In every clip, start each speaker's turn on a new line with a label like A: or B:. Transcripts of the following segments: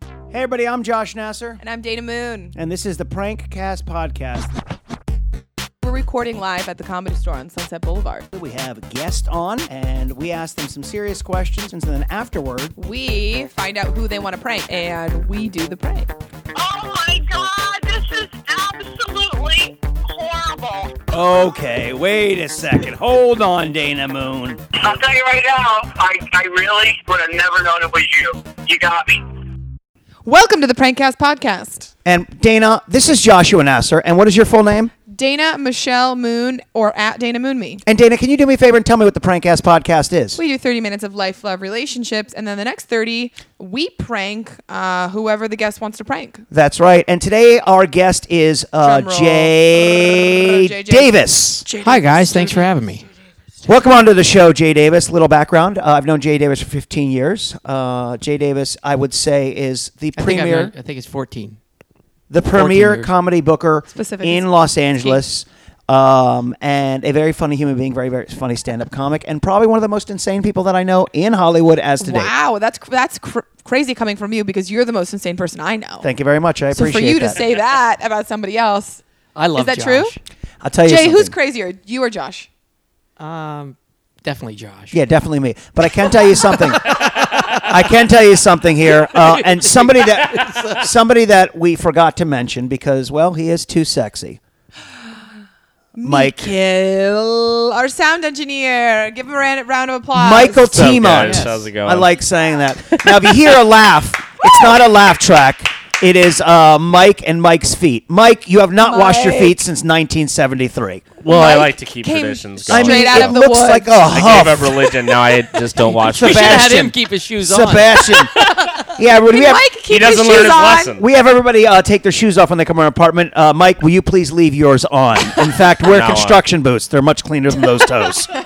A: Hey, everybody, I'm Josh Nasser,
B: And I'm Dana Moon.
A: and this is the Prank Cast Podcast.
B: We're recording live at the comedy store on Sunset Boulevard.
A: We have a guest on, and we ask them some serious questions, and then afterward,
B: We find out who they want to prank and we do the prank.
C: Oh my god, this is absolutely horrible.
A: Okay, wait a second. Hold on, Dana Moon.
C: I'll tell you right now, I, I really would have never known it was you. You got me.
B: Welcome to the Prankcast podcast.
A: And Dana, this is Joshua Nasser, and what is your full name?
B: Dana Michelle Moon or at Dana Moon Me.
A: And Dana, can you do me a favor and tell me what the Prank Cast Podcast is?
B: We do 30 minutes of life, love, relationships, and then the next 30, we prank uh, whoever the guest wants to prank.
A: That's right. And today our guest is uh,
B: Drum roll. Uh,
A: Jay
B: JJ.
A: Davis.
D: Hi guys, thanks for having me.
A: Welcome on to the show, Jay Davis. Little background: uh, I've known Jay Davis for 15 years. Uh, Jay Davis, I would say, is the
D: I think, I'm
A: premier,
B: uh,
D: not- I think it's 14.
A: the premier
D: years.
A: comedy booker
B: Specific.
A: in Los Angeles, um, and a very funny human being, very very funny stand-up comic, and probably one of the most insane people that I know in Hollywood as today.
B: Wow, that's cr- that's cr- crazy coming from you because you're the most insane person I know.
A: Thank you very much. I
B: so
A: appreciate
B: for you
A: that.
B: to say that about somebody else,
D: I love
B: that
D: Josh.
A: I'll tell you,
B: Jay, who's
A: something.
B: crazier, you or Josh?
D: true? Um, definitely Josh.
A: Yeah, definitely me. But I can tell you something. I can tell you something here, uh, and somebody that somebody that we forgot to mention because well, he is too sexy. Mike
B: Kill our sound engineer. Give him a ran- round of applause.
A: Michael
E: up,
A: Timon.
E: guys? How's it going?
A: I like saying that. Now, if you hear a laugh, it's not a laugh track. It is uh, Mike and Mike's feet. Mike, you have not washed your
B: Mike.
A: feet since 1973.
E: Well, I
B: Mike
E: like to keep
B: came
E: traditions
A: I
E: going.
B: straight
A: mean,
B: out
A: it
B: of the
A: looks
B: woods.
A: like a
E: I
A: huff.
E: gave up religion. Now I just don't watch.
D: We should have had
A: Sebastian.
D: him keep his shoes on.
A: Sebastian. yeah, would we have,
B: Mike, keep
E: He doesn't
B: his
E: learn
B: shoes
E: his
B: on.
E: lesson.
A: We have everybody uh, take their shoes off when they come to our apartment. Uh, Mike, will you please leave yours on? In fact, wear
E: Now on.
A: construction boots. They're much cleaner than those toes.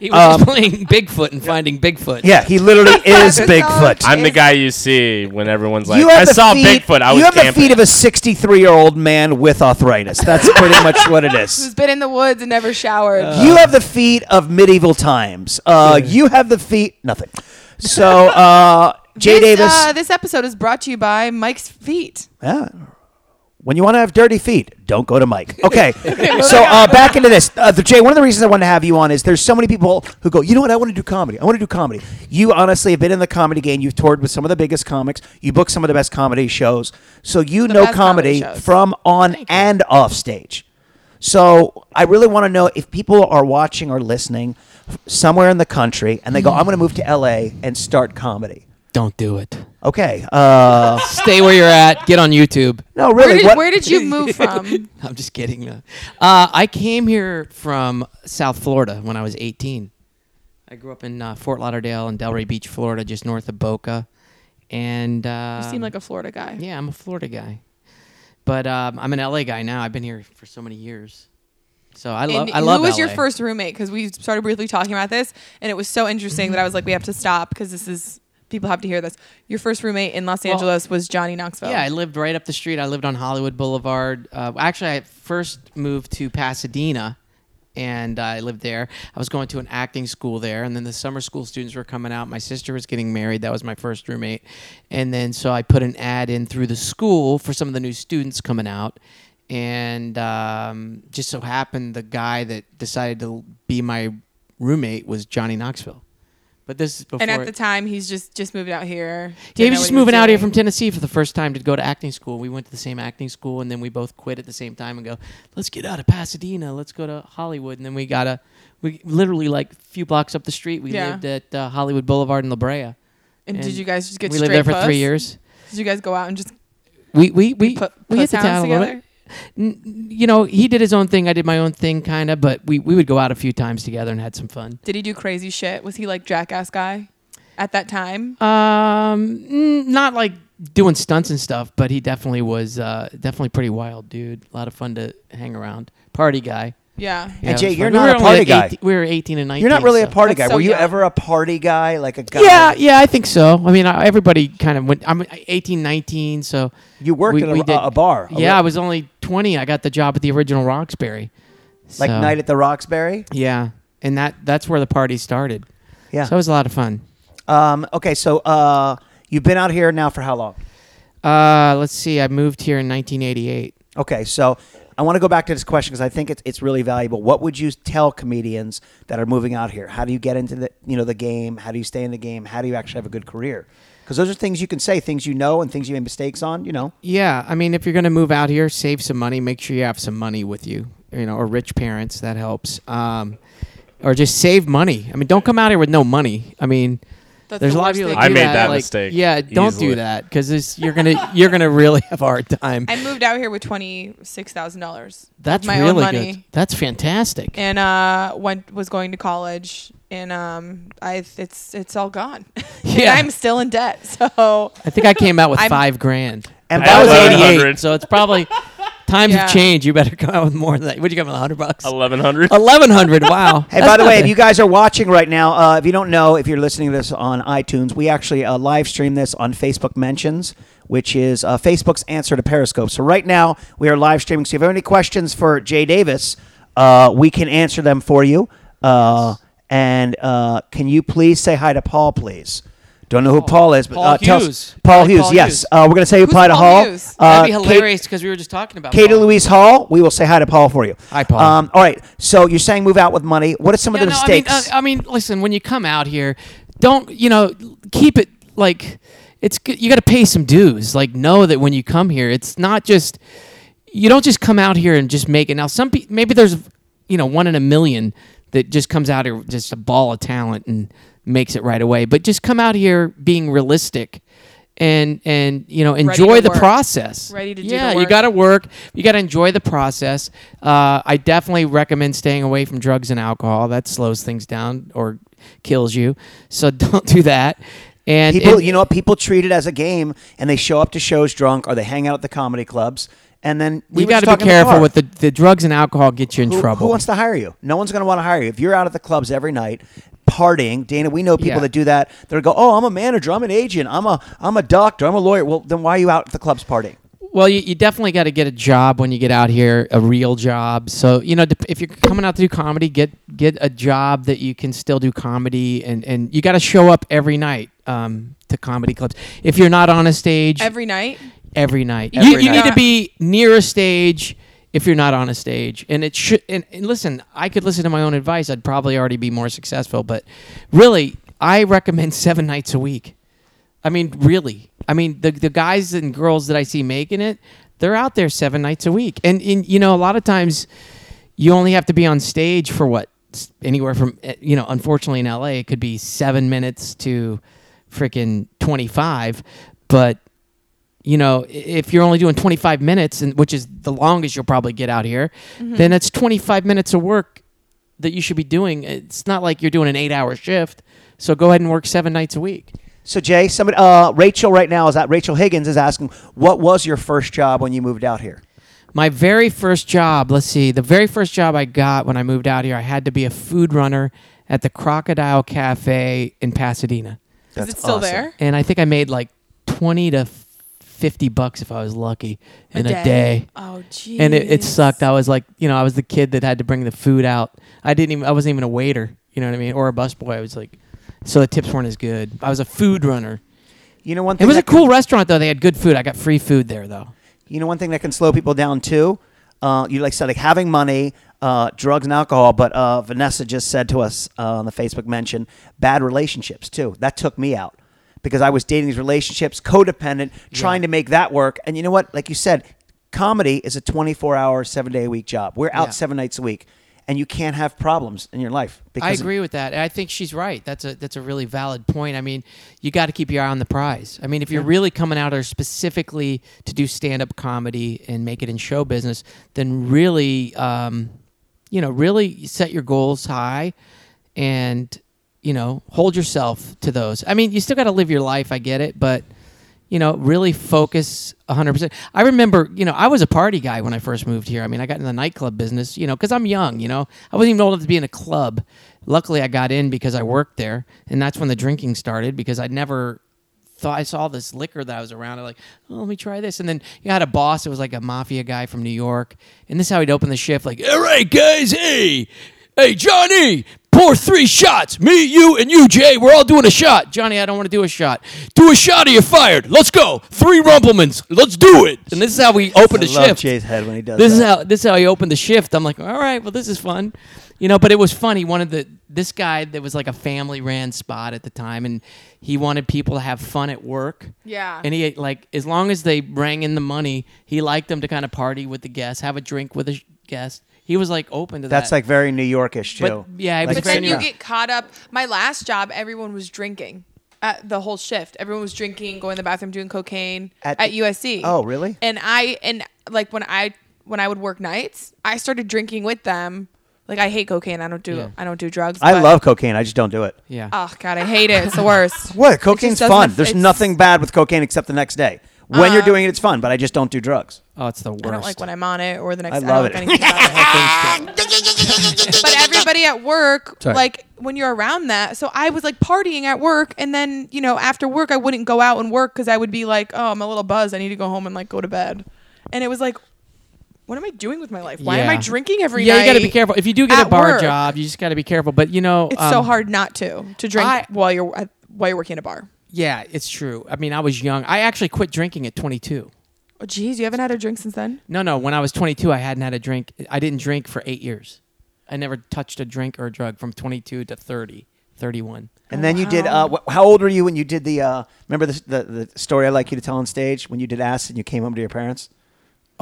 D: He was just playing Bigfoot and finding Bigfoot.
A: um, Yeah, he literally is
B: That's
A: Bigfoot.
B: all.
E: I'm the guy you see when everyone's like,
A: you
E: "I
A: have the
E: saw
A: feet,
E: Bigfoot." I was
A: you have the
E: camping.
A: feet of a 63 year old man with arthritis. That's pretty much what it is.
B: Who's been in the woods and never showered.
A: You have the feet of medieval times. Uh, You have the feet. Nothing. So, uh, Jay
B: this,
A: Davis.
B: Uh, this episode is brought to you by Mike's Feet.
A: Yeah. When you want to have dirty feet, don't go to Mike. Okay. so uh, back into this. Uh, the, Jay, one of the reasons I wanted to have you on is there's so many people who go, you know what? I want to do comedy. I want to do comedy. You honestly have been in the comedy game. You've toured with some of the biggest comics. You book some of the best comedy shows. So you know
B: best comedy
A: comedy,
B: shows.
A: from on and off stage. So I really want to know if people are watching or listening f- somewhere in the country and they
B: Mm-hmm.
A: go, I'm going to move to LA and start comedy.
D: Don't do it.
A: Okay. Uh,
D: Stay where you're at. Get on YouTube.
A: no,
B: Where
A: really.
B: did,
A: what-
B: where did you move from?
D: I'm just kidding. Uh, I came here from South Florida when I was 18. I grew up in uh, Fort Lauderdale and Delray Beach, Florida, just north of Boca. And uh,
B: you seem like a Florida guy.
D: Yeah, I'm a Florida guy, but um, I'm an LA guy now. I've been here for so many years, so I love.
B: And
D: I love.
B: who was your
D: LA.
B: first roommate? Because we started briefly talking about this, and it was so interesting that I was like, we have to stop because this is people have to hear this. Your first roommate in Los Angeles was Johnny Knoxville.
D: Yeah, I lived right up the street. I lived on Hollywood Boulevard. Uh, actually, I first moved to Pasadena, and I lived there. I was going to an acting school there, and then the summer school students were coming out. My sister was getting married. That was my first roommate, and then so I put an ad in through the school for some of the new students coming out. And um, just so happened, the guy that decided to be my roommate was Johnny Knoxville. But this is before.
B: and at the time, he's just just moved out here.
D: Yeah, he
B: Didn't know what
D: was just
B: he was
D: moving out here
B: doing.
D: from Tennessee for the first time to go to acting school. We went to the same acting school, and then we both quit at the same time and go, "Let's get out of Pasadena. Let's go to Hollywood." And then we got a, we literally like a few blocks up the street. We
B: Yeah.
D: lived at uh, Hollywood Boulevard in La Brea.
B: And, did
D: and
B: you guys just get
D: we
B: straight
D: lived there for
B: puss?
D: three years.
B: Did you guys go out and just
D: We we we
B: put
D: we
B: puss
D: hit the town
B: hounds
D: a little
B: together?
D: bit. N- You know, he did his own thing. I did my own thing, kind of. But we we would go out a few times together and had some fun.
B: Did he do crazy shit? Was he like jackass guy at that time?
D: Um, mm, not like doing stunts and stuff, but he definitely was uh, definitely pretty wild dude. A lot of fun to hang around. Party guy.
B: Yeah.
D: Yeah, it
A: Jay,
D: was
A: you're
D: fun.
A: not
D: were
A: a
D: only,
A: party
D: like,
A: guy.
D: 18 we were eighteen and nineteen.
A: You're not really a
D: so-
A: party guy.
B: That's so
A: Were you
B: young.
A: ever a party guy, like a guy?
D: Yeah, yeah, I think so. I mean, I, everybody kind of went. I'm 18, 19, so
A: You worked
D: we-
A: at a-
D: we did-
A: a bar, a
D: Yeah,
A: li-
D: I was only twenty. I got the job at the original Roxbury.
A: like
D: So-
A: Night at the Roxbury.
D: Yeah, and that that's where the party started.
A: Yeah.
D: so it was a lot of fun.
A: Um, okay, so uh, You've been out here now for how long?
D: Uh, let's see. I moved here in 1988.
A: Okay, so I want to go back to this question because I think it's it's really valuable. What would you tell comedians that are moving out here? How do you get into the you know the game? How do you stay in the game? How do you actually have a good career? Because those are things you can say, things you know, and things you made mistakes on. You know,
D: Yeah, I mean, if you're going to move out here, save some money. Make sure you have some money with you, you know, or rich parents. That helps. Um, or just save money. I mean, don't come out here with no money. I mean,
B: That's
D: there's
B: the
D: a lot of
B: worst thing.
D: people. That
E: I
D: do
E: made that
D: like,
E: mistake
D: Yeah, don't do
E: easily.
D: that because you're gonna you're gonna really have a hard time.
B: I moved out here with twenty six thousand dollars.
D: That's
B: my
D: really
B: own money.
D: good. That's fantastic.
B: And uh, went was going to college, and um, I it's it's all gone.
D: Yeah.
B: and I'm still in debt. So
D: I think I came out with
B: I'm-
D: five grand.
A: and
E: I
D: That
E: have
D: was
E: $1,100.
D: '88, so it's probably times
B: Yeah.
D: have changed. You better come out with more than that. What'd you come out with? Hundred bucks?
E: 1100.
D: Eleven hundred. Wow.
A: Hey, by the way, if you guys are watching right now, uh, if you don't know, if you're listening to this on iTunes, we actually uh, live stream this on Facebook Mentions, which is uh, Facebook's answer to Periscope. So right now we are live streaming. So if you have any questions for Jay Davis, uh, we can answer them for you. Uh, And uh, can you please say hi to Paul, please? Don't know who Paul is, but
D: Paul
A: uh, tell us-
D: Hughes.
A: Paul
D: Hi,
A: Hughes.
D: Paul
A: yes,
D: Hughes.
A: Uh, we're going to say hi to
B: Paul
A: Hall.
B: Hughes?
A: Uh,
D: That'd be
A: Kate-
D: hilarious because we were just talking about
A: Katie
D: Paul.
A: Louise Hall. We will say hi to Paul for you.
D: Hi, Paul.
A: Um, all right. So you're saying move out with money. What are some of
D: Yeah,
A: the
D: no,
A: mistakes?
D: I mean, uh, I mean, listen, when you come out here, don't you know, keep it like it's g- you got to pay some dues. Like know that when you come here, it's not just you don't just come out here and just make it. Now, some pe- maybe there's you know one in a million that just comes out here just a ball of talent and makes it right away. But just come out here being realistic. And and you know enjoy
B: to
D: the
B: work.
D: process.
B: Ready to do the
D: yeah, you
B: work.
D: got to work. You got to enjoy the process. Uh, I definitely recommend staying away from drugs and alcohol. That slows things down or kills you. So don't do that. And
A: People,
D: and-
A: you know, what? people treat it as a game, and they show up to shows drunk, or they hang out at the comedy clubs, and then we
D: you
A: got to
D: be careful with the, the drugs and alcohol get you in
A: who,
D: trouble.
A: Who wants to hire you? No one's going to want to hire you if you're out at the clubs every night partying. Dana, we know people
D: Yeah.
A: that do that. They'll go, "Oh, I'm a manager, I'm an agent, I'm a I'm a doctor, I'm a lawyer." Well, then why are you out at the clubs partying?
D: well, you, you definitely got to get a job when you get out here, a real job. So you know, dep- if you're coming out to do comedy, get get a job that you can still do comedy, and and you got to show up every night um, to comedy clubs. If you're not on a stage,
B: every night,
D: every night.
B: Every
D: you you
B: night.
D: need to be near a stage if you're not on a stage. And it should. And, and listen, I could listen to my own advice. I'd probably already be more successful. But really, I recommend seven nights a week. I mean, really. I mean, the the guys and girls that I see making it, they're out there seven nights a week. And in you know, a lot of times, you only have to be on stage for what S- anywhere from eh, you know. Unfortunately, in LA, it could be seven minutes to freaking twenty five, but you know, i- if you're only doing 25 minutes, and which is the longest you'll probably get out here, then that's 25 minutes of work that you should be doing. It's not like you're doing an eight-hour shift. So go ahead and work seven nights a week.
A: So Jay, somebody, uh, Rachel right now is that Rachel Higgins is asking, "What was your first job when you moved out here?"
D: My very first job, let's see, the very first job I got when I moved out here, I had to be a food runner at the Crocodile Cafe in Pasadena.
B: is it still
A: awesome.
B: there?
D: And I think I made like 20 to 50 bucks if I was lucky in a day.
B: Oh, geez.
D: and it, it sucked. I was like, you know, I was the kid that had to bring the food out. I didn't even, I wasn't even a waiter, you know what I mean, or a busboy. I was like, so the tips weren't as good. I was a food runner.
A: You know one thing
D: It was a
A: that
D: cool restaurant though. They had good food. I got free food there though.
A: You know, one thing that can slow people down too. Uh, you like said, like having money, uh, drugs and alcohol. But uh, Vanessa just said to us uh, on the Facebook mention, bad relationships too. That took me out because I was dating these relationships, codependent, trying to make that work. And you know what? Like you said, comedy is a twenty-four hour, seven-day-a-week job. We're out
D: Yeah.
A: seven nights a week, and you can't have problems in your life.
D: I
A: Because
D: agree with that. And I think she's right. That's a that's a really valid point. I mean, you got to keep your eye on the prize. I mean, if you're really coming out there specifically to do stand up comedy and make it in show business, then really, um, you know, really set your goals high, and you know, hold yourself to those. I mean, you still got to live your life. I get it, but you know, really focus 100%. I remember, you know, I was a party guy when I first moved here. I mean, I got in the nightclub business, you know, because I'm young, you know. I wasn't even old enough to be in a club. Luckily, I got in because I worked there. And that's when the drinking started because I never thought I saw this liquor that I was around. I'm like, oh, let me try this. And then you had a boss that was like a mafia guy from New York. And this is how he'd open the shift like, all right, guys, hey, hey, Johnny, pour three shots. Me, you, and you, Jay. We're all doing a shot. Johnny, I don't want to do a shot. Do a shot or you're fired. Let's go. Three Rumplemans. Let's do it. And this is how we opened
A: I
D: the
A: love
D: shift.
A: Jay's head when he does
D: This is
A: that.
D: how this is how he opened the shift. I'm like, all right, well, this is fun, you know. But it was funny. One of the this guy that was like a family ran spot at the time, and he wanted people to have fun at work.
B: Yeah.
D: And he like as long as they rang in the money, he liked them to kind of party with the guests, have a drink with a guest. He was like open to that.
A: That's like very New Yorkish
D: But-
A: too.
D: yeah, it
A: like
B: But
D: was
B: then you
D: Yeah.
B: get caught up. My last job, everyone was drinking. At the whole shift, everyone was drinking, going to the bathroom, doing cocaine
A: At-
B: at, USC.
A: Oh, really?
B: And I and like when I when I would work nights, I started drinking with them. Like I hate cocaine. I don't do
D: Yeah.
B: I don't do drugs.
A: I
B: but-
A: love cocaine. I just don't do it.
D: yeah.
B: Oh god, I hate it. It's the worst.
A: What? Cocaine's
B: doesn't
A: fun.
B: aff-
A: There's
B: it's- Uh,
A: nothing bad with cocaine except the next day. When you're doing it, it's fun, but I just don't do drugs.
D: oh, it's the worst.
B: I don't like when I'm on it or the next.
A: I
B: I,
A: love
B: don't
A: it.
B: like anything about it. but everybody at work,
D: Sorry.
B: like when you're around that, so I was like partying at work, and then you know after work I wouldn't go out and work because I would be like, oh, I'm a little buzzed. I need to go home and like go to bed. And it was like, what am I doing with my life? Why am I
D: Yeah.
B: drinking every
D: yeah,
B: night?
D: you got to be careful. If you do get a
B: at
D: bar
B: work?
D: job, you just got to be careful. But you know,
B: It's
D: um,
B: so hard not to to drink
D: I-
B: while you're at- while you're working at a bar.
D: Yeah, it's true. I mean, I was young. I actually quit drinking at 22.
B: Oh, geez, you haven't had a drink since then.
D: No, no. When I was 22, I hadn't had a drink. I didn't drink for eight years. I never touched a drink or a drug from 22 to 30, 31.
A: And then you did. Uh,
B: Oh.
A: wh- how old were you when you did the? Uh, remember the, the the story I like you to tell on stage when you did acid and you came home to your parents.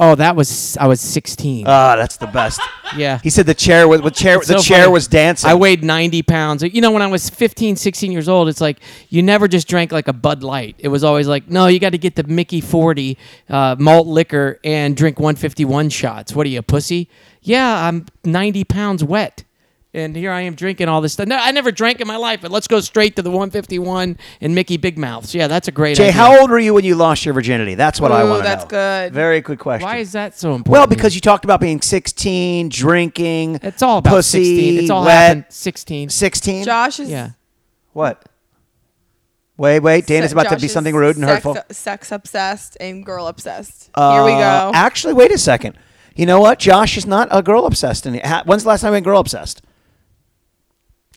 D: Oh, that was I was 16.
A: Ah, that's the best.
D: yeah.
A: He said the chair was the chair.
D: So
A: the chair
D: funny.
A: was dancing.
D: I weighed 90 pounds. You know, when I was 15, 16 years old, it's like you never just drank like a Bud Light. It was always like, no, you got to get the Mickey 40 uh, malt liquor and drink 151 shots. What are you, a pussy? Yeah, I'm 90 pounds wet. And here I am drinking all this stuff. No, I never drank in my life, but let's go straight to the 151 and Mickey Big Mouths. Yeah, that's a great
A: Jay,
D: idea.
A: how old were you when you lost your virginity? That's what I
B: Ooh,
A: want to know.
B: that's good.
A: Very good question.
D: Why is that so important?
A: Well, because you talked about being 16, drinking.
D: it's all about
A: pussy,
D: 16. It's all
A: wet,
D: happened 16.
A: 16.
B: Josh is
D: Yeah.
A: What? Wait, wait. Dana's
B: Se-
A: about
B: Josh
A: to be
B: is
A: something rude and
B: sex,
A: hurtful.
B: Sex obsessed and girl obsessed. Here
A: Uh,
B: we go.
A: Actually, wait a second. You know what? Josh is not a girl obsessed. Any- ha- When's the last time you went girl obsessed?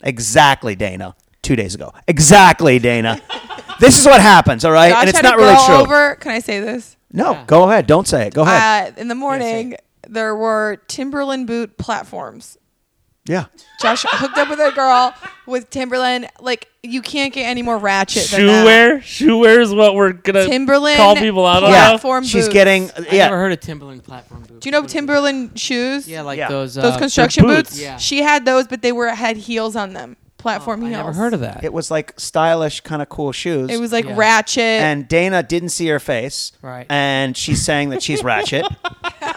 A: Exactly, Dana. Two days ago. Exactly, Dana. this is what happens, all right?
B: Josh
A: and it's
B: had
A: not
B: a girl
A: really true.
B: over. Can I say this?
A: No,
D: Yeah.
A: go ahead. Don't say it. Go ahead.
B: Uh, in the morning, there were Timberland boot platforms.
A: yeah.
B: Josh hooked up with a girl with Timberland. Like you can't get any more ratchet than
E: Shoe
B: that.
E: wear? Shoe wear is what we're going to
B: Timberland
E: call people out on
A: Yeah.
E: now?
B: platform
A: She's
B: boots.
A: getting.
D: I
A: Yeah.
D: never heard of Timberland platform boots.
B: Do you know
D: What is it?
B: Timberland shoes?
D: Yeah, like
A: Yeah.
D: those.
B: those
D: uh,
B: construction
E: boots.
B: boots.
D: Yeah. Oh,
B: She had those, but they were had heels on them. Platform
D: I
B: heels.
D: never heard of that.
A: It was like stylish, kind of cool shoes.
B: It was like
D: Yeah.
B: ratchet.
A: and Dana didn't see her face.
D: Right.
A: And she's saying that she's ratchet.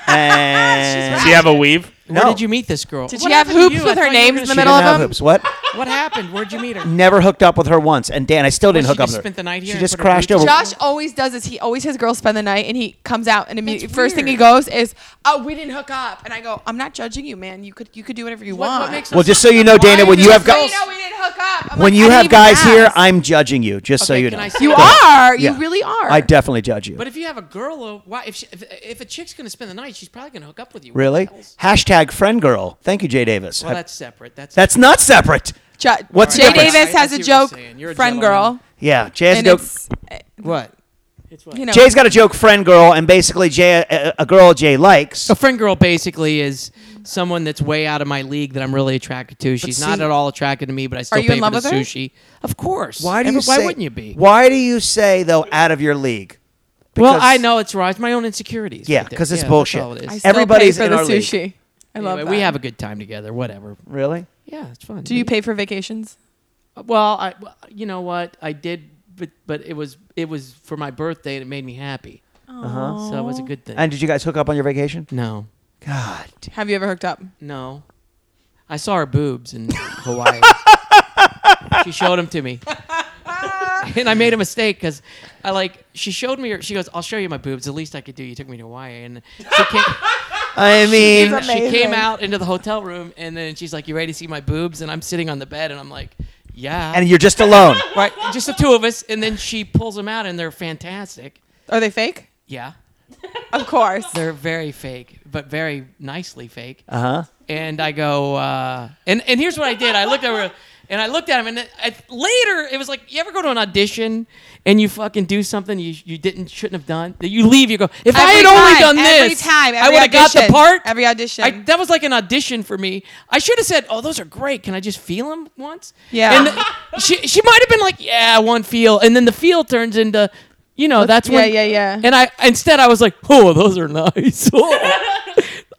A: and
E: Do you have a weave?
D: Where
A: No.
D: did you meet this girl?
B: Did
D: What
B: she have
D: happened to
B: hoops
D: you? I
B: with her
D: thought you were
B: names
D: gonna
B: in the
D: shoot
B: middle
A: didn't
B: of
D: her.
A: have
B: them?
A: hoops. What?
D: What happened? Where'd you meet her?
A: Never hooked up with her once. And Dan, I still didn't
D: Well,
A: hook
D: she
A: up with
D: just
A: her.
D: spent the night here
A: She
D: and
A: just
D: put her
A: crashed
D: boots
A: over.
B: Josh always does this. He always has girls spend the night, and he comes out and immediately
D: That's
B: first thing he
D: weird.
B: goes is, "Oh, we didn't hook up." And I go, "I'm not judging you, man. You could you could do whatever you
D: What-
B: want."
D: what makes
A: Well,
D: us-
A: just so you know, Dana,
D: Why
A: when
D: did
A: you have
D: this
B: But you
A: guys,
B: know we didn't hook up. I'm
A: when
B: like,
A: you
B: I
A: have
B: didn't even
A: guys here,
B: ask.
A: I'm judging you. Just so
D: Okay,
A: you
D: can
A: know,
D: I say-
B: you
D: Yeah.
B: are. You
A: Yeah.
B: really are.
A: I definitely judge you.
D: But if you have a girl, oh, why? If, she, if if a chick's gonna spend the night, she's probably gonna hook up with you. What
A: really?
D: the hell's-
A: Hashtag friend girl. Thank you, Jay Davis.
D: Well, that's separate. That's
A: That's not separate.
B: Ju-
A: What's the
B: Jay
A: difference?
B: Davis
D: I- I
B: has
D: see
B: a
D: what you're
B: joke.
D: saying. You're a
B: friend
D: gentleman.
B: girl,
A: Yeah, Jay has
B: and
A: a joke.
B: it's
D: what. It's what.
B: you know
A: Jay's got a joke, friend girl, and basically Jay, a, a girl Jay likes.
D: A friend girl basically is someone that's way out of my league that I'm really attracted to. She's not
A: see-
D: at all attracted to me, but I still
B: you
D: pay
B: in
D: for
B: love
D: the
B: with her?
D: sushi. Of course.
A: Why do
D: Every-
A: you?
D: Why
A: say-
D: wouldn't you be?
A: Why do you say though out of your league?
D: well,
A: Because-
D: I know it's right. It's my own insecurities.
A: Yeah,
D: right there.
A: because it's
D: that's
A: bullshit.
D: all it is.
B: I still
A: Everybody's
B: pay for
A: in
B: the
A: our league.
B: sushi. I love
D: Anyway,
B: that.
D: we have a good time together. Whatever.
A: Really?
D: Yeah, it's fun.
B: Do you pay for vacations?
D: Well, I well, you know what I did, but but it was it was for my birthday and it made me happy. Uh-huh. So it was a good thing.
A: And did you guys hook up on your vacation?
D: no,
A: God. damn.
B: Have you ever hooked up?
D: no, I saw her boobs in Hawaii. she showed them to me, and I made a mistake because I like she showed me her. She goes, "I'll show you my boobs. The least I could do. You took me to Hawaii." And she came,
A: I mean,
D: she
B: amazing.
D: came out into the hotel room, and then she's like, "You ready to see my boobs?" And I'm sitting on the bed, and I'm like, "Yeah."
A: and you're just alone.
D: right, just the two of us, and then she pulls them out, and they're fantastic.
B: Are they fake?
D: Yeah.
B: Of course.
D: They're very fake, but very nicely fake.
A: Uh huh.
D: and I go, uh, and and here's what I did. I looked over. And I looked at him, and I, later it was like, you ever go to an audition and you fucking do something you, you didn't shouldn't have done? That you leave, you go, if I
B: Every
D: had only
B: time,
D: done
B: every
D: this,
B: time,
D: I
B: every
D: would have got the
B: audition,
D: part.
B: every audition.
D: I, that was like an audition for me. I should have said, oh, those are great. Can I just feel them once?
B: Yeah.
D: And she she might have been like, yeah, one feel, and then the feel turns into, you know, that's
B: yeah,
D: when
B: yeah, yeah.
D: and I instead I was like, oh, those are nice. Oh,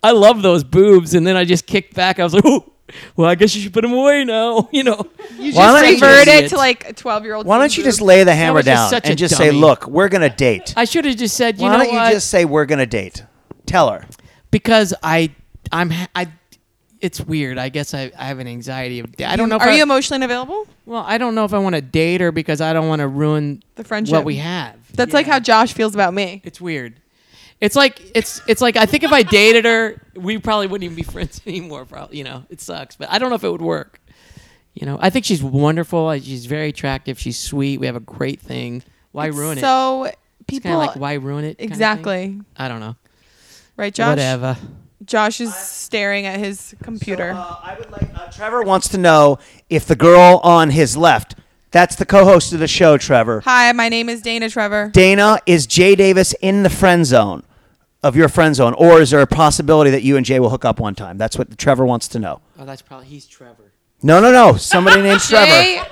D: I love those boobs. And then I just kicked back. I was like, oh, well, I guess you should put them away now. You know,
A: Why
B: You just
A: don't I
B: revert
D: just-
B: it to like a 12 year old.
A: Why don't you just lay the hammer
D: was just
A: down
D: such a
A: and just say,
D: dummy.
A: "Look, we're gonna date."
D: I should have just said, you
A: Why
D: know
A: don't
D: what?
A: you just say we're gonna date? Tell her.
D: because I, I'm, ha- I. It's weird. I guess I, I have an anxiety of. I don't know. If
B: Are
D: I,
B: you emotionally available?
D: well, I don't know if I want to date her because I don't want to ruin
B: The friendship.
D: what we have.
B: That's like how Josh feels about me.
D: It's weird. It's like it's it's like I think if I dated her, we probably wouldn't even be friends anymore. Probably, you know, it sucks, but I don't know if it would work. You know, I think she's wonderful. I- She's very attractive. She's sweet. We have a great thing. Why ruin it?
B: so people
D: Kind of like why ruin it? kinda thing.
B: exactly
D: I don't know.
B: right, Josh.
D: Whatever.
B: Josh is staring at his computer.
A: Uh, I would like. Uh, Trevor wants to know if the girl on his left—that's the co-host of the show, Trevor.
B: Hi, my name is Dana Trevor.
A: Dana, is Jay Davis in the friend zone of your friend zone, or is there a possibility that you and Jay will hook up one time? That's what Trevor wants to know.
D: Oh, that's probably he's Trevor.
A: No, no, no. Somebody named Trevor.
B: Jay,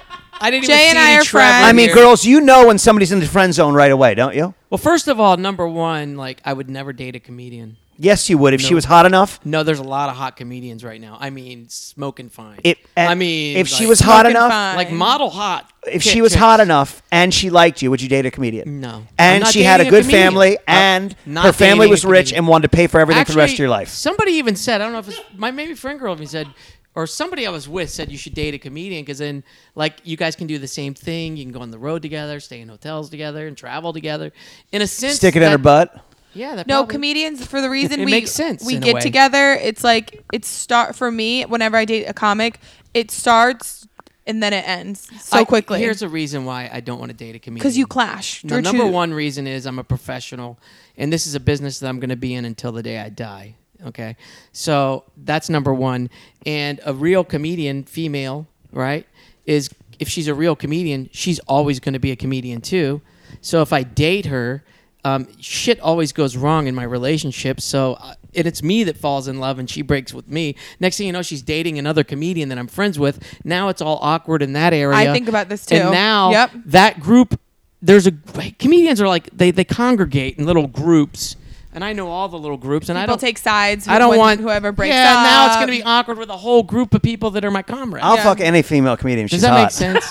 D: I didn't
B: Jay and
D: even see
B: I
D: any
B: are
D: Trevor
B: friends.
A: I mean,
D: here.
A: girls, you know when somebody's in the friend zone right away, don't you?
D: Well, first of all, number one, like I would never date a comedian.
A: Yes, you would if she was hot enough.
D: No, there's a lot of hot comedians right now. I mean, smoking fine.
A: If, and
D: I mean,
A: if she
D: like-
A: was hot
B: smoking
A: enough,
B: fine.
D: like model hot.
A: if
D: chick-
A: she was
D: chicks.
A: hot enough and she liked you, would you date a comedian?
D: No. I'm
A: And
D: not
A: she had a
D: dating a
A: good
D: comedian.
A: family,
D: I'm
A: and
D: not
A: her family
D: dating a
A: was rich
D: comedian.
A: and wanted to pay for everything for the rest of
D: Actually,
A: your life.
D: Somebody even said, I don't know if it's my maybe friend girl even said, or somebody I was with said you should date a comedian because then like you guys can do the same thing. You can go on the road together, stay in hotels together, and travel together. In a sense,
A: Stick it in
D: that-
A: her butt.
D: Yeah, that
B: no
D: probably-
B: comedians for the reason
D: It
B: we
D: makes sense
B: we
D: in a
B: get
D: way.
B: together. It's like it start for me whenever I date a comic. It starts and then it ends so
D: I-
B: quickly.
D: Here's a reason why I don't want to date a comedian.
B: because you clash.
D: The
B: You're
D: number
B: too-
D: one reason is I'm a professional, and this is a business that I'm going to be in until the day I die. Okay, so that's number one. And a real comedian, female, right, is if she's a real comedian, she's always going to be a comedian too. So if I date her, um, shit always goes wrong in my relationship. So uh, and it's me that falls in love, and she breaks with me. Next thing you know, she's dating another comedian that I'm friends with. Now it's all awkward in that area.
B: think about this, too.
D: And now
B: Yep.
D: that group there's a comedians are like they they congregate in little groups and i know all the little groups and i
B: People
D: don't
B: take sides.
D: i don't
B: when-
D: want
B: whoever breaks
D: yeah
B: up.
D: now it's going to be awkward with a whole group of people that are my comrades
A: I'll
B: Yeah.
A: fuck any female comedian. if
D: does
A: She's
D: that
A: hot.
D: make sense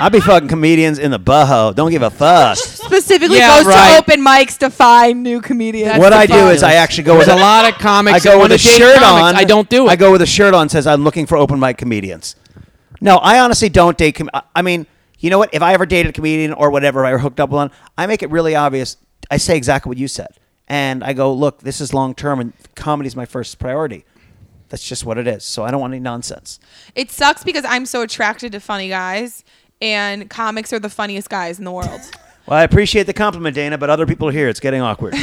A: I'll be fucking comedians in the boho. Don't give a fuck.
B: specifically
D: Yeah,
B: goes
D: right.
B: to open mics to find new comedians.
A: what I do is I actually go with
D: there's a lot of comics
A: I
D: that
A: go with
D: wanna
A: a
D: date
A: shirt
D: comics.
A: on.
D: i don't do it
A: I go with a shirt on. Says I'm looking for open mic comedians. No, I honestly don't date. Com- I- I mean, you know what? If I ever dated a comedian or whatever I hooked up on, I make it really obvious. I say exactly what you said, and I go, "Look, this is long term, and comedy's my first priority. That's just what it is. So I don't want any nonsense."
B: It sucks because I'm so attracted to funny guys, and comics are the funniest guys in the world.
A: Well, I appreciate the compliment, Dana, but other people are here. It's getting awkward.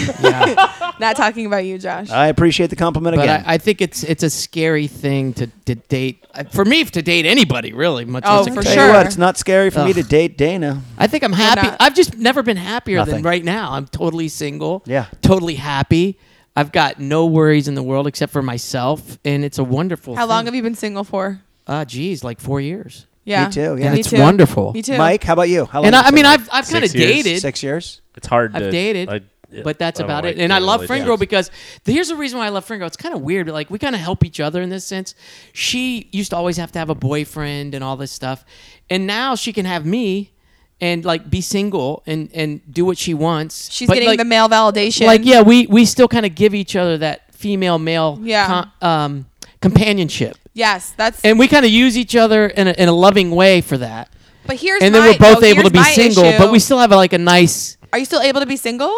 B: Not talking about you, Josh.
A: I appreciate the compliment
D: but
A: again.
D: I, I think it's it's a scary thing to, to date I- for me to date anybody really much
B: Oh,
D: less a
A: Tell
B: for
D: comedian.
B: sure.
A: you what, it's not scary for me
D: Ugh.
A: to date Dana.
D: I think I'm happy.
B: not-
D: I've just never been happier
A: Nothing.
D: than right now. I'm totally single.
A: Yeah.
D: Totally happy. I've got no worries in the world except for myself, and it's a wonderful.
B: How long
D: thing.
B: have you been single for?
D: Ah, geez, like four years.
B: Yeah,
A: too, yeah. And
B: Me
D: it's
B: too.
D: wonderful.
B: Me too.
A: Mike, how about you? How long
D: And
A: you
D: I, I mean,
A: been
D: I've I've kind of
E: Oh, Six years.
D: dated.
A: six years.
E: It's hard to.
D: I've dated,
E: I- yeah,
D: but that's
E: I don't
D: about
E: like
D: it. And I
E: doing
D: love
E: relationships.
D: Friend Girl because the, here's the reason why I love Friend Girl. It's kind of weird, but like we kind of help each other in this sense. She used to always have to have a boyfriend and all this stuff, and now she can have me, and like be single and and do what she wants.
B: She's
D: But,
B: getting
D: like,
B: the male validation.
D: Like yeah, we we still kind of give each other that female male
B: Yeah.
D: co- um, companionship,
B: Yes, that's.
D: and we kind of use each other in a, in a loving way for that.
B: but here's
D: And then
B: my-
D: we're both
B: though, here's
D: able to be
B: my
D: single, but
B: issue.
D: we still have like a nice
B: Are you still able to be single?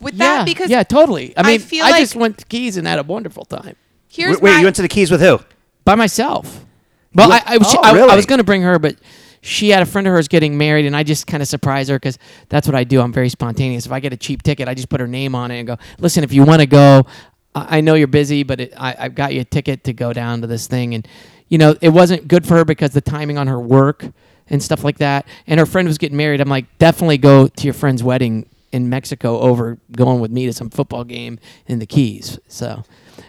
B: With
D: yeah,
B: that, because
D: yeah, totally. I
B: I
D: mean, I,
B: feel like-
D: just went to Keys and had a wonderful time
B: here's
A: Wait, wait,
B: my,
A: you went to the Keys with who?
D: by myself. Well, I, I, was-
A: Oh,
D: I- I
A: really?
D: was going to bring her, but she had a friend of hers getting married, and I just kind of surprised her because that's what I do. I'm very spontaneous. If I get a cheap ticket, I just put her name on it and go, "Listen, if you want to go." I I know you're busy, but it, I, I've got you a ticket to go down to this thing. And, you know, it wasn't good for her because the timing on her work and stuff like that. And her friend was getting married. I'm like, definitely go to your friend's wedding in Mexico over going with me to some football game in the Keys. So,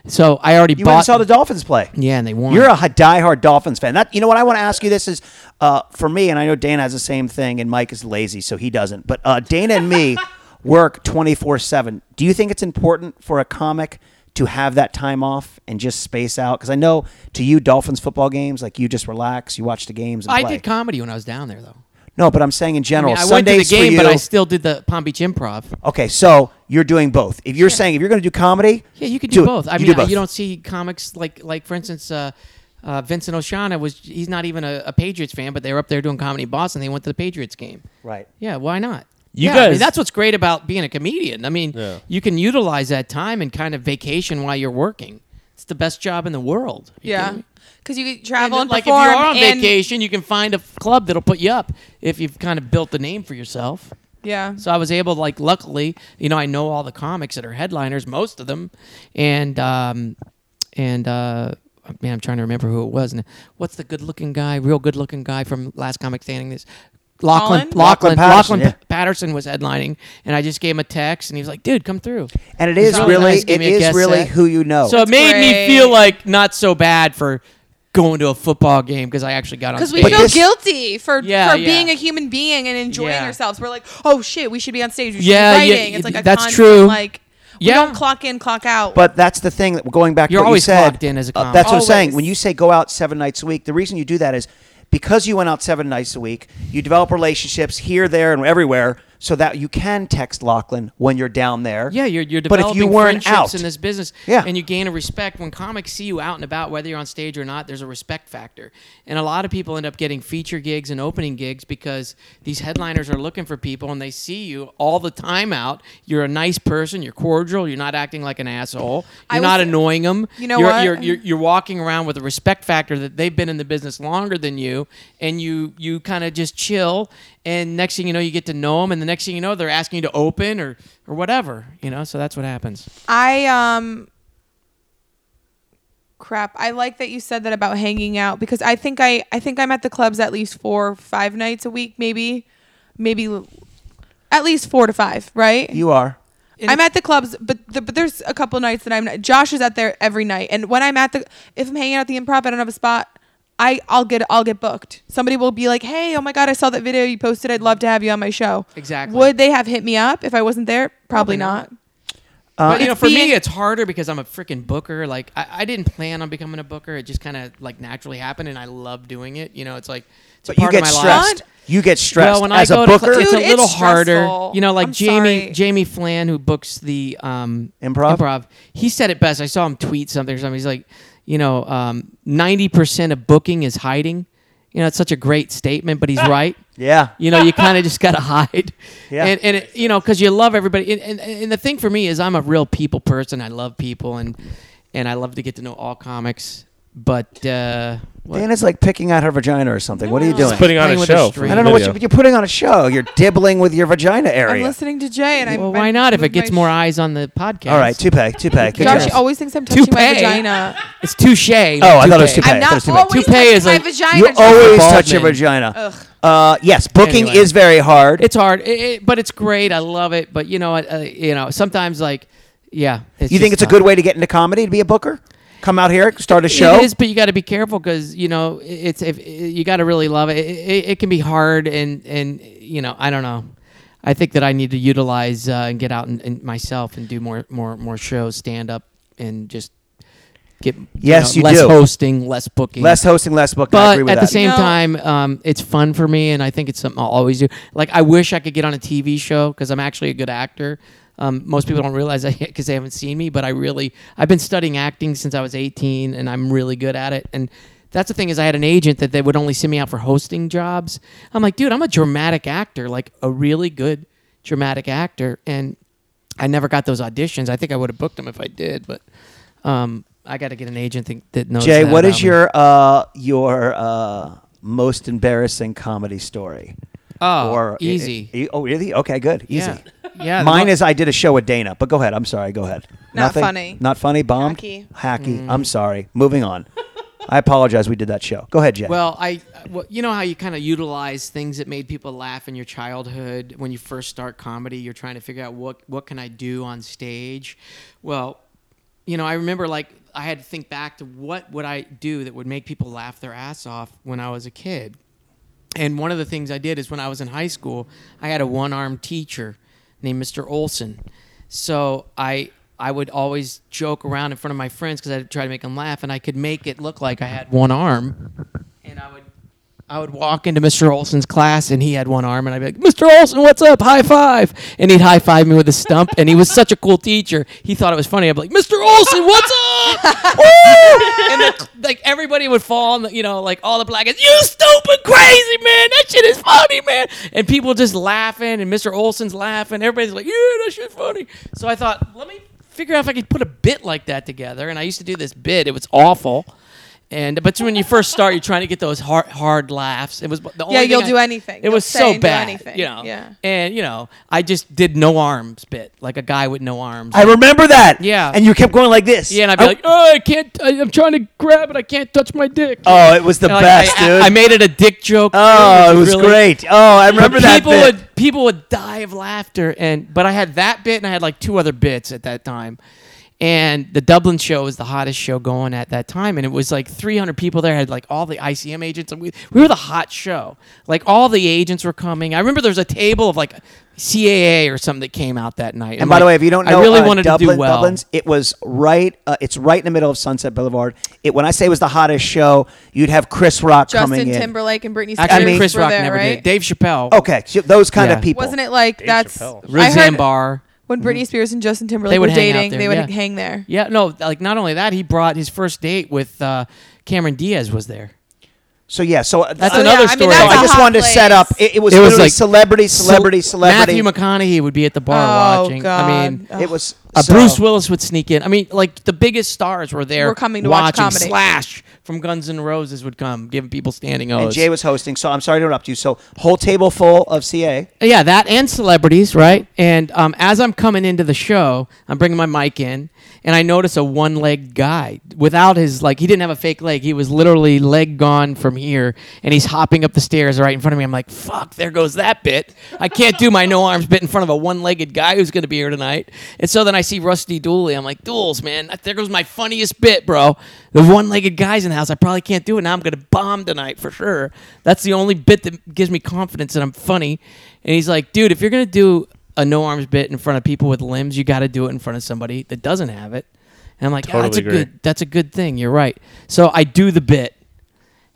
D: so I already
A: You went and
D: bought.
A: saw the Dolphins play.
D: yeah, and they won.
A: You're a h- diehard Dolphins fan. That you know what I want to ask you. This is uh, for me, and I know Dana has the same thing, and Mike is lazy, so he doesn't. But uh, Dana and me work twenty four seven. Do you think it's important for a comic to have that time off and just space out? Because I know to you, Dolphins football games, like you just relax, you watch the games. And
D: I
A: play.
D: did comedy when I was down there, though.
A: No, but I'm saying in general,
D: I, mean, I went to the
A: Sundays for
D: game,
A: you.
D: but I still did the Palm Beach Improv.
A: okay, so you're doing both. If you're saying if you're going to do comedy,
D: Yeah, you could do,
A: it.
D: both. I
A: You
D: mean,
A: do both.
D: you don't see comics like like for instance, uh, uh, Vincent O'Shana was he's not even a, a Patriots fan, but they were up there doing comedy in Boston. They went to the Patriots game.
A: right.
D: Yeah, why not?
E: You
D: yeah, I mean,
E: guys-
D: that's what's great about being a comedian. I mean,
E: Yeah.
D: you can utilize that time and kind of vacation while you're working. It's the best job in the world. Are you kidding
B: Yeah,
D: me?
B: because you could
D: And
B: travel and,
D: like if you
B: perform.
D: are on
B: and-
D: vacation, you can find a f- club that'll put you up if you've kind of built a name for yourself.
B: Yeah.
D: So I was able, to, like, luckily, you know, I know all the comics that are headliners, most of them, and um, and uh, man, I'm trying to remember who it was. And what's the good-looking guy, real good-looking guy from Last Comic Standing? This
B: Colin?
D: Lachlan, Lachlan,
A: Lachlan Patterson,
D: Lachlan
A: yeah.
D: Pa- Patterson was headlining, and I just gave him a text, and he was like, "Dude, come through."
A: And it
D: He's
A: is
D: really
A: really,
D: nice, gave
A: it
D: me a
A: is
D: guest
A: really
D: set.
A: who you know.
D: So it made me
B: great.
D: feel like not so bad for going to a football game because I actually got on.
B: Because we
D: stage.
A: But
B: feel
A: this-
B: guilty for,
D: Yeah,
B: for
D: yeah.
B: being a human being and enjoying
D: Yeah.
B: ourselves. We're like, oh shit, we should be on stage. We should
D: Yeah, yeah,
B: be writing. it's
D: y-
B: like a
D: that's
B: constant,
D: true.
B: Like we
D: Yeah.
B: don't clock in, clock out.
A: But that's the thing. That, going back, to
D: You're
A: what
D: always
A: you said, uh,
D: clocked in as a comic.
A: that's what I'm saying.
B: Always.
A: When you say go out seven nights a week, the reason you do that is because you went out seven nights a week. You develop relationships here, there, and everywhere, so that you can text Lachlan when you're down there.
D: Yeah, you're you're
A: But
D: developing
A: if you weren't
D: friendships
A: out,
D: in this business.
A: Yeah.
D: and you gain a respect when comics see you out and about, whether you're on stage or not. There's a respect factor, and a lot of people end up getting feature gigs and opening gigs because these headliners are looking for people, and they see you all the time out. You're a nice person. You're cordial. You're not acting like an asshole.
B: I
D: You're not
B: was-
D: annoying them.
B: You know
D: you're,
B: what?
D: You're, you're you're walking around with a respect factor that they've been in the business longer than you, and you you kind of just chill. And next thing you know, you get to know them, and the next thing you know, they're asking you to open or or whatever, you know. So that's what happens.
B: I um crap. I like that you said that about hanging out because I think I I think I'm at the clubs at least 4 or 5 nights a week maybe. Maybe l- at least 4 to 5, right?
A: you are.
B: I'm at the clubs, but the, but there's a couple nights that I'm not. Josh is out there every night, and when I'm at the, if I'm hanging out at the improv, I don't have a spot. I I'll get I'll get booked. Somebody will be like, "Hey, oh my god, I saw that video you posted. I'd love to have you on my show."
D: Exactly.
B: Would they have hit me up if I wasn't there? Probably,
D: Probably
B: not.
D: not. but you know,
B: Uh, it's
D: for me,
B: being-
D: it's harder because I'm a freaking booker. Like I, I didn't plan on becoming a booker; it just kind of like naturally happened, and I love doing it. You know, it's like it's
A: But you
D: a part
A: get
D: of my life.
A: stressed. You get stressed
D: Well, when
A: as
D: I go
A: a
D: to
A: booker.
D: cl- it's
B: Dude,
D: a little
B: it's
D: harder.
B: stressful.
D: You know, like
B: I'm
D: Jamie
B: sorry.
D: Jamie Flan, who books the um,
A: Improv?
D: He said it best. I saw him tweet something or something. He's like, you know, um, ninety percent of booking is hiding. You know, it's such a great statement, but he's right.
A: yeah.
D: You know, you kind of just gotta hide.
A: Ah. Yeah.
D: And, and it, you know, because you love everybody. And, and, and the thing for me is, I'm a real people person. I love people, and and I love to get to know all comics. But uh, what-
A: Dana's like picking out her vagina or something. What are you
D: No.
A: doing?
D: Put it-
E: putting on
D: Playing
E: a
D: with a
E: show.
D: string.
E: for
A: I don't know what
E: video.
A: you're, you're putting on a show. You're dibbling with your vagina
B: I'm
A: area.
B: listening to Jay, and I.
D: well, why not? If it gets more eyes on the podcast,
A: All right, toupe, toupe. Good
B: Josh
A: job.
B: always thinks I'm touching my
D: Toupee.
B: vagina.
D: It's touche. Oh,
A: Oh, I thought it was toupee.
B: I'm
A: I thought it was toupee.
B: not always
D: Toupee
B: touching
D: is
B: my
D: like-
B: vagina.
A: You
B: Josh.
A: always
D: Bald
A: touch your
D: man.
A: vagina.
B: Ugh.
A: Uh, yes, booking
D: Anyway.
A: is very hard.
D: It's hard, it, it- but it's great. I love it. But you know, I, I, you know, sometimes like, yeah. It's
A: you think it's
D: just
A: a good way to get into comedy to be a booker? Come out here, start a
D: tough.
A: show.
D: It is, but you got to be careful because you know it- it's if you got to really love it. It, it. it can be hard, and and you know, I don't know. I think that I need to utilize uh, and get out and, and myself and do more more more shows, stand up, and just get you
A: Yes,
D: know,
A: you
D: less
A: do.
D: hosting, less booking,
A: less hosting, less booking. I
D: But
A: agree
D: at
A: with
D: the
A: that.
D: same
B: No.
D: time, um, it's fun for me, and I think it's something I'll always do. Like I wish I could get on a TV show because I'm actually a good actor. Um, most people don't realize that because they haven't seen me, but I really I've been studying acting since I was 18, and I'm really good at it. And that's the thing is I had an agent that they would only send me out for hosting jobs. I'm like, dude, I'm a dramatic actor, like a really good dramatic actor, and I never got those auditions. I think I would have booked them if I did, but um, I got to get an agent that, that knows.
A: Jay,
D: that
A: what
D: about
A: is
D: me.
A: your uh, your uh, most embarrassing comedy story?
D: Oh,
A: or
D: easy.
A: e- e- oh, really? Okay, good. Easy.
D: Yeah. Yeah, the
A: Mine
D: mo-
A: is I did a show with Dana, but go ahead. I'm sorry. Go ahead.
B: Not
A: Nothing?
B: funny.
A: Not funny. Bombed.
B: Hacky.
A: Hacky.
D: Hmm.
A: I'm sorry. Moving on. I apologize. We did that show. Go ahead, Jay.
D: Well, I uh, well, you know how you kind of utilize things that made people laugh in your childhood when you first start comedy. You're trying to figure out what what can I do on stage. Well, you know, I remember like I had to think back to what would I do that would make people laugh their ass off when I was a kid. And one of the things I did is when I was in high school, I had a one-armed teacher named Mr. Olson. So I I would always joke around in front of my friends because I'd try to make them laugh, and I could make it look like I had one arm. And I would I would walk into Mr. Olson's class, and he had one arm, and I'd be like, "Mr. Olson, what's up? High five!" And he'd high five me with a stump, and he was such a cool teacher. He thought it was funny. I'd be like, "Mr. Olson, what's up?" Woo! and the, like everybody would fall on the, you know, like all the black guys, "You stupid crazy man, that shit is funny, man!" And people just laughing, and Mr. Olson's laughing. Everybody's like, "Yeah, that shit's funny." So I thought, let me figure out if I could put a bit like that together. And I used to do this bit. It was awful. And but when you first start, you're trying to get those hard hard laughs. It was the only
B: Yeah,
D: thing
B: you'll
D: I-
B: do anything.
D: It
B: You'll
D: was
B: say
D: so
B: and do
D: bad,
B: anything.
D: you know.
B: Yeah.
D: And you know, I just did no arms bit, like a guy with no arms.
A: I remember that.
D: Yeah.
A: And you kept going like this.
D: yeah, and I'd be
A: Oh,
D: like, oh, I can't. I, I'm trying to grab it. I can't touch my dick.
A: oh, it was the
D: And, like, I-
A: best,
D: I,
A: dude.
D: I made it a dick joke. too,
A: oh,
D: which
A: it was
D: really-
A: great. Oh, I remember that.
D: people
A: bit.
D: would people would die of laughter and but I had that bit and I had like two other bits at that time. And the Dublin show was the hottest show going at that time, and it was like 300 people there. Had like all the ICM agents, and we, we were the hot show. Like all the agents were coming. I remember there was a table of like CAA or something that came out that night.
A: And by the way, if you don't know,
D: I really
A: uh,
D: wanted
A: Dublin,
D: to do well.
A: Dublin's, it was right. Uh, it's right in the middle of Sunset Boulevard. It when I say it was the hottest show, you'd have Chris Rock coming
B: Justin
A: in.
B: Timberlake and Britney Spears
D: Actually,
A: mean-
D: Chris
B: were
D: Rock
B: there,
D: never
B: right?
D: did. Dave Chappelle,
A: Okay, so those kind
D: Yeah.
A: of people.
B: Wasn't it like that's?
E: Chappelle.
B: I
D: Roseanne
B: heard
D: Barr.
B: when Britney Spears and Justin Timberlake
D: They would
B: were
D: hang out
B: dating,
D: there,
B: they would
D: yeah.
B: hang there.
D: Yeah, no, like not only that, he brought his first date with uh, Cameron Diaz was there.
A: So yeah, so
D: That's
A: I-
B: Oh, yeah,
D: another
B: I mean,
D: story.
B: that's
A: So I
B: a
A: just
B: hot
A: wanted to
B: place.
A: set up. It, it was
D: It was
A: literally
D: like
A: celebrity, celebrity,
D: Cel-
A: celebrity.
D: Matthew McConaughey would be at the bar
B: Oh,
D: watching. I
B: God.
D: mean,
A: it was
D: uh,
A: so-
D: Bruce Willis would sneak in. I mean, like the biggest stars were there.
B: Were coming to watch
D: watching.
B: comedy.
D: Slash from Guns N' Roses would come, giving people standing
A: and
D: ovations.
A: Jay was hosting. So I'm sorry to interrupt you. So whole table full of CA.
D: yeah, that and celebrities, right? And um, as I'm coming into the show, I'm bringing my mic in, and I notice a one-legged guy without his like he didn't have a fake leg. He was literally leg gone from here, and he's hopping up the stairs right in front of me. I'm like, "Fuck, there goes that bit. I can't do my no arms bit in front of a one-legged guy who's going to be here tonight." And so then I see Rusty Dooley. I'm like, "Duels, man. There goes my funniest bit, bro. The one-legged guy's in the house. I probably can't do it. Now I'm going to bomb tonight for sure. That's the only bit that gives me confidence that I'm funny." And he's like, dude, if you're gonna do a no arms bit in front of people with limbs, you got to do it in front of somebody that doesn't have it. And I'm like, oh, that's a
E: Totally agree.
D: good, that's a good thing. You're right. So I do the bit.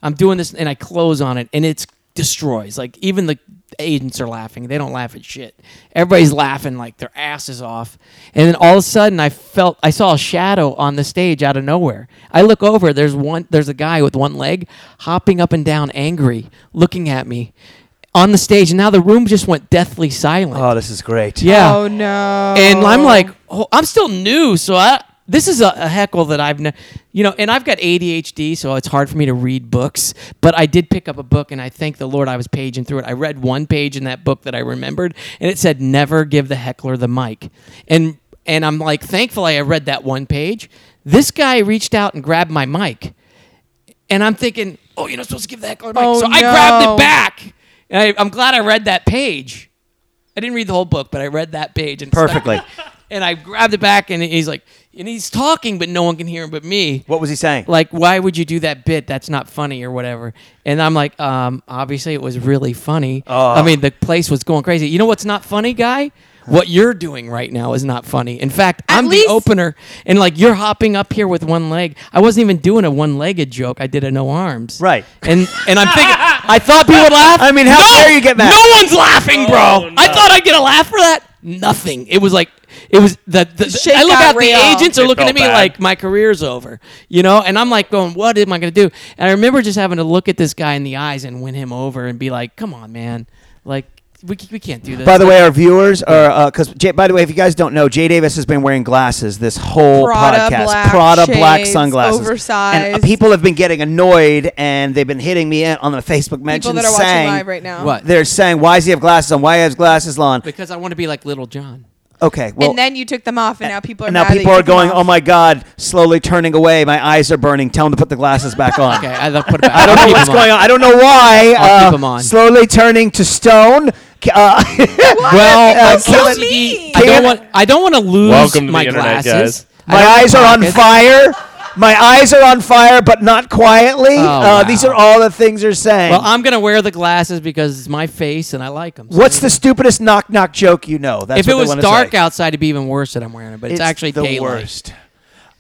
D: I'm doing this, and I close on it, and it's destroys. Like even the agents are laughing. They don't laugh at shit. Everybody's laughing like their asses off. And then all of a sudden, I felt I saw a shadow on the stage out of nowhere. I look over. There's one. There's a guy with one leg hopping up and down, angry, looking at me on the stage. And now the room just went deathly silent.
A: Oh, this is great.
D: yeah.
B: Oh no!
D: And I'm like, oh, I'm still new, so I this is a, a heckle that I've, ne- you know, and I've got ADHD, so it's hard for me to read books. But I did pick up a book, and I thank the Lord I was paging through it. I read one page in that book that I remembered, and it said, "Never give the heckler the mic." And and I'm like, thankfully, I read that one page. This guy reached out and grabbed my mic, and I'm thinking, oh, you're not supposed to give the heckler the mic.
B: Oh,
D: so I grabbed
B: no.
D: it back. And I, I'm glad I read that page. I didn't read the whole book, but I read that page and
A: Perfectly.
D: and I grabbed it back, and he's like, and he's talking, but no one can hear him but me.
A: What was he saying?
D: Like, why would you do that bit? That's not funny or whatever. And I'm like, um, obviously it was really funny.
A: Oh.
D: I mean, the place was going crazy. You know what's not funny, guy? What you're doing right now is not funny. In fact,
B: At
D: I'm
B: least-
D: the opener, and like you're hopping up here with one leg. I wasn't even doing a one-legged joke. I did a no arms.
A: Right.
D: And and I'm thinking, I thought people would laugh.
A: I mean, how
D: No!
A: dare you get mad?
D: No one's laughing, bro.
E: Oh, no.
D: I thought I'd get a laugh for that. Nothing. It was like it was the, the,
B: shit
D: I look
B: got
D: out
B: real.
D: the agents are
E: It
D: looking
E: felt
D: at me
E: bad.
D: like my career's over, you know? And I'm like going, what am I going to do? And I remember just having to look at this guy in the eyes and win him over and be like, come on, man. Like, we, c- we can't do this.
A: By the way, our viewers are because J by the way, if you guys don't know, Jay Davis has been wearing glasses this whole
B: Prada
A: podcast.
B: black
A: Prada black
B: shades,
A: sunglasses, And uh,
B: oversized.
A: people have been getting annoyed, and they've been hitting me on the Facebook
B: People
A: mentions
B: that are watching
A: saying
B: live right now.
D: What?
A: they're saying, "Why does he have glasses on? Why he has glasses on?"
D: because I want to be like Little John.
A: Okay, well,
B: and then you took them off, and now people are
A: and now
B: mad that
A: people
B: you
A: are
B: took them
A: going,
B: off.
A: "Oh my god!" Slowly turning away. My eyes are burning. Tell him to put the glasses back on.
D: Okay, I love put it back.
A: I don't know what's going on. I don't know why.
D: I'll keep
A: Uh,
D: 'em on.
A: Slowly turning to stone. Ca- Uh,
D: Well,
A: uh,
D: uh,
A: Kevin-
B: kill me.
D: I
A: Can't-
D: don't want. I don't want to lose
E: Welcome to the
D: my
E: internet,
D: glasses.
E: guys.
D: I
A: My
D: don't have
A: eyes are on
D: pockets.
A: fire. My eyes are on fire, but not quietly.
D: Oh,
A: uh,
D: wow.
A: These are all the things you're saying.
D: Well, I'm gonna wear the glasses because it's my face and I like them.
A: What's the stupidest knock knock joke you know? That's
D: If
A: what
D: it
A: they
D: was
A: wanna
D: dark
A: say.
D: outside, it'd be even worse that I'm wearing it. But it's, actually
A: the
D: daylight.
A: worst.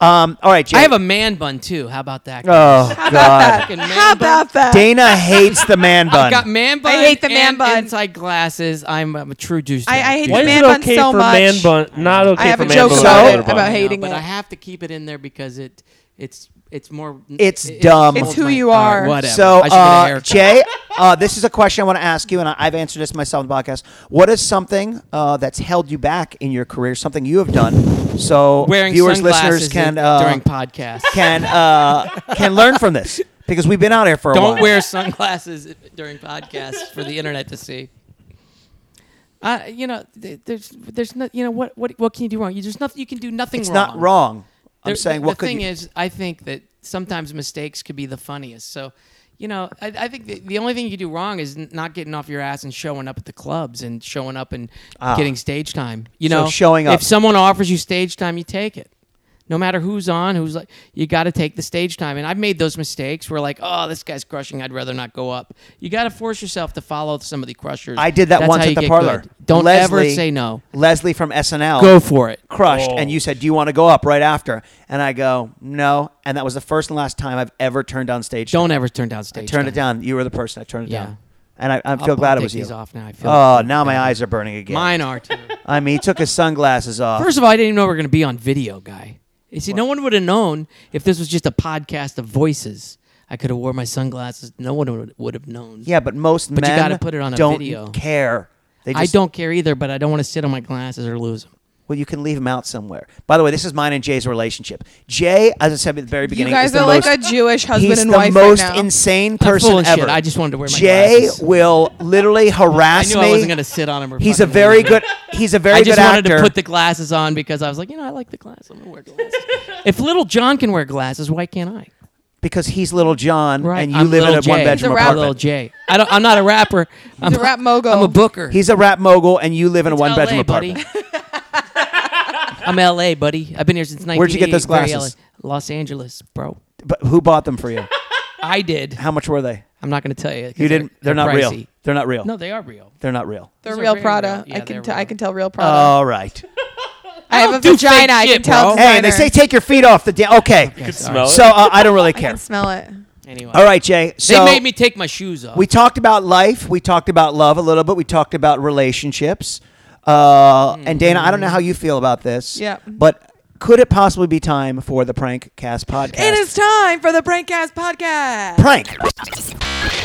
A: Um, all right, Jay.
D: I have a man bun too. How about that?
A: Oh God,
D: Fucking man
B: How
D: bun.
B: about that?
A: Dana hates the man
D: I've got
A: bun.
D: man bun.
B: I hate the man
D: and
B: bun.
D: Inside glasses. I'm, I'm a true douche.
B: I- I hate
E: Why is
B: the man
E: it
B: bun
E: okay
B: so
E: for
B: much.
E: man bun? Not okay
B: I have
E: for
B: a
E: man
B: joke
E: bun.
A: about
E: but
A: it,
E: other bun.
B: about hating
D: but
B: it.
D: I have to keep it in there because it it's it's more.
A: It's
D: it- it
A: dumb.
D: holds
A: It's
B: who
D: my-
B: you
D: all right,
B: are.
D: whatever.
A: So,
D: I should get a
A: uh,
D: haircut.
A: Jay, uh, this is a question I want to ask you, and I, I've answered this myself on the podcast. What is something uh, that's held you back in your career? Something you have done, so
D: wearing
A: viewers,
D: sunglasses
A: listeners can
D: in-
A: uh,
D: during podcasts.
A: can uh, can learn from this because we've been out here for a while.
D: Don't wear sunglasses during podcasts for the internet to see. Uh, you know, th- there's, there's not, you know, what, what, what can you do wrong? You just nothing. You can do nothing.
A: It's
D: wrong.
A: not wrong. I'm
D: There-
A: saying
D: the,
A: what
D: the
A: could
D: thing
A: you?
D: is, I think that sometimes mistakes could be the funniest. So, you know, I, I think that the only thing you do wrong is n- not getting off your ass and showing up at the clubs and showing up and getting stage time. You
A: Ah. So
D: know,
A: showing up.
D: If someone offers you stage time, you take it. No matter who's on, who's like, you got to take the stage time. And I've made those mistakes where, like, oh, this guy's crushing. I'd rather not go up. You got to force yourself to follow some of the crushers.
A: I did that
D: That's
A: once
D: how
A: at
D: you
A: the
D: get
A: parlor.
D: good. Don't ever
A: Leslie- Oh.
D: say no.
A: Leslie from SNL
D: Go for it.
A: crushed,
E: Oh.
A: and you said, "Do you want to go up right after?" And I go, "No." And that was the first and last time I've ever turned down stage.
D: Don't ever turn down stage.
A: turn it
D: time.
A: down. You were the person. I turned it
D: Yeah.
A: down, and I, I
D: I'll-
A: feel glad
D: I'll
A: it was
D: take
A: you.
D: these off now. I feel
A: Oh, now my eyes are burning again.
D: Mine are too.
A: I mean, he took his sunglasses off.
D: First of all, I didn't even know we were going to be on video, guy. You see, no one would have known if this was just a podcast of voices. I could have wore my sunglasses. No one would- would have known.
A: yeah, but most
D: But you
A: men
D: gotta put it on a
A: don't
D: video.
A: care. They
D: I
A: just,
D: don't care either, but I don't want to sit on my glasses or lose them.
A: Well, you can leave him out somewhere. By the way, this is mine and Jay's relationship. Jay, as I said at the very
B: You
A: beginning, is
B: guys
A: the
B: are like
A: most-
B: a Jewish husband
A: he's
B: and
A: the
B: wife
A: most
B: right now.
A: insane
D: I'm
A: person
D: full of
A: ever.
D: shit. I just wanted to wear my
A: Jay
D: glasses.
A: will literally
D: I
A: harass
D: knew I
A: me.
D: wasn't going to sit on them. Or
A: he's a
D: fucking
A: very
D: leave 'em.
A: good. He's a very
D: I just
A: good
D: wanted
A: actor.
D: to put the glasses on because I was like, you know, I like the glasses. I'm going to wear glasses. if little John can wear glasses, why can't I?
A: because he's little John
D: Right.
A: and you
D: I'm
A: live in
D: Lil
A: a
D: Jay.
A: one bedroom
B: He's a rapper.
A: apartment.
D: Little Jay. I don't, I'm not a rapper. I'm
B: a rap mogul.
D: I'm a booker.
A: He's a rap mogul and you live in a
D: It's
A: one bedroom
D: LA, buddy.
A: apartment.
D: I'm LA, buddy. I've been here since 1980.
A: Where'd you get those
D: Very
A: glasses?
D: LA. Los Angeles, bro.
A: But who bought them for you?
D: I did.
A: How much were they?
D: I'm not going to tell you. 'cause
A: You didn't. They're, not real.
D: pricey.
A: They're not real.
D: No, they are real.
A: They're not real.
B: They're
D: These are
B: real
D: very
B: Prada.
D: real.
B: I
D: Yeah,
B: can
D: they're
B: t- I
D: real.
B: can tell real Prada.
A: All right.
B: I have a
D: do fake
B: vagina. I
D: shit,
B: can tell. it's
D: bro.
A: Hey, they say
B: designer.
A: take your feet off the. Da- okay.
D: Okay, sorry.
E: smell it.
A: So uh, I don't really care.
B: I smell it.
D: Anyway.
A: All right, Jay.
D: They
A: So
D: made me take my shoes off.
A: we talked about life. We talked about love a little bit. We talked about relationships. Uh, And Dana, I don't know how you feel about this.
B: Yeah.
A: But could it possibly be time for the Prank Cast podcast?
B: It is time for the Prankcast podcast.
A: prank.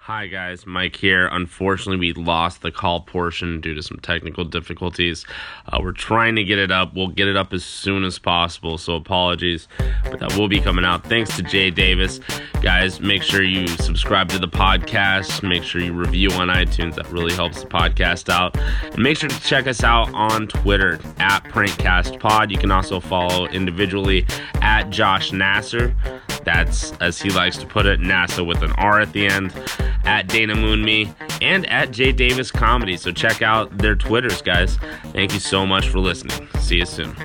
F: Hi guys, Mike here. Unfortunately, we lost the call portion due to some technical difficulties. Uh, we're trying to get it up. We'll get it up as soon as possible, so apologies. But that will be coming out. Thanks to Jay Davis. Guys, make sure you subscribe to the podcast. Make sure you review on iTunes. That really helps the podcast out. And make sure to check us out on Twitter at PrankcastPod. You can also follow individually at Josh Nasser. That's, as he likes to put it, NASA with an R at the end, at Dana Moon Me, and at J Davis Comedy. So check out their Twitters, guys. Thank you so much for listening. See you soon.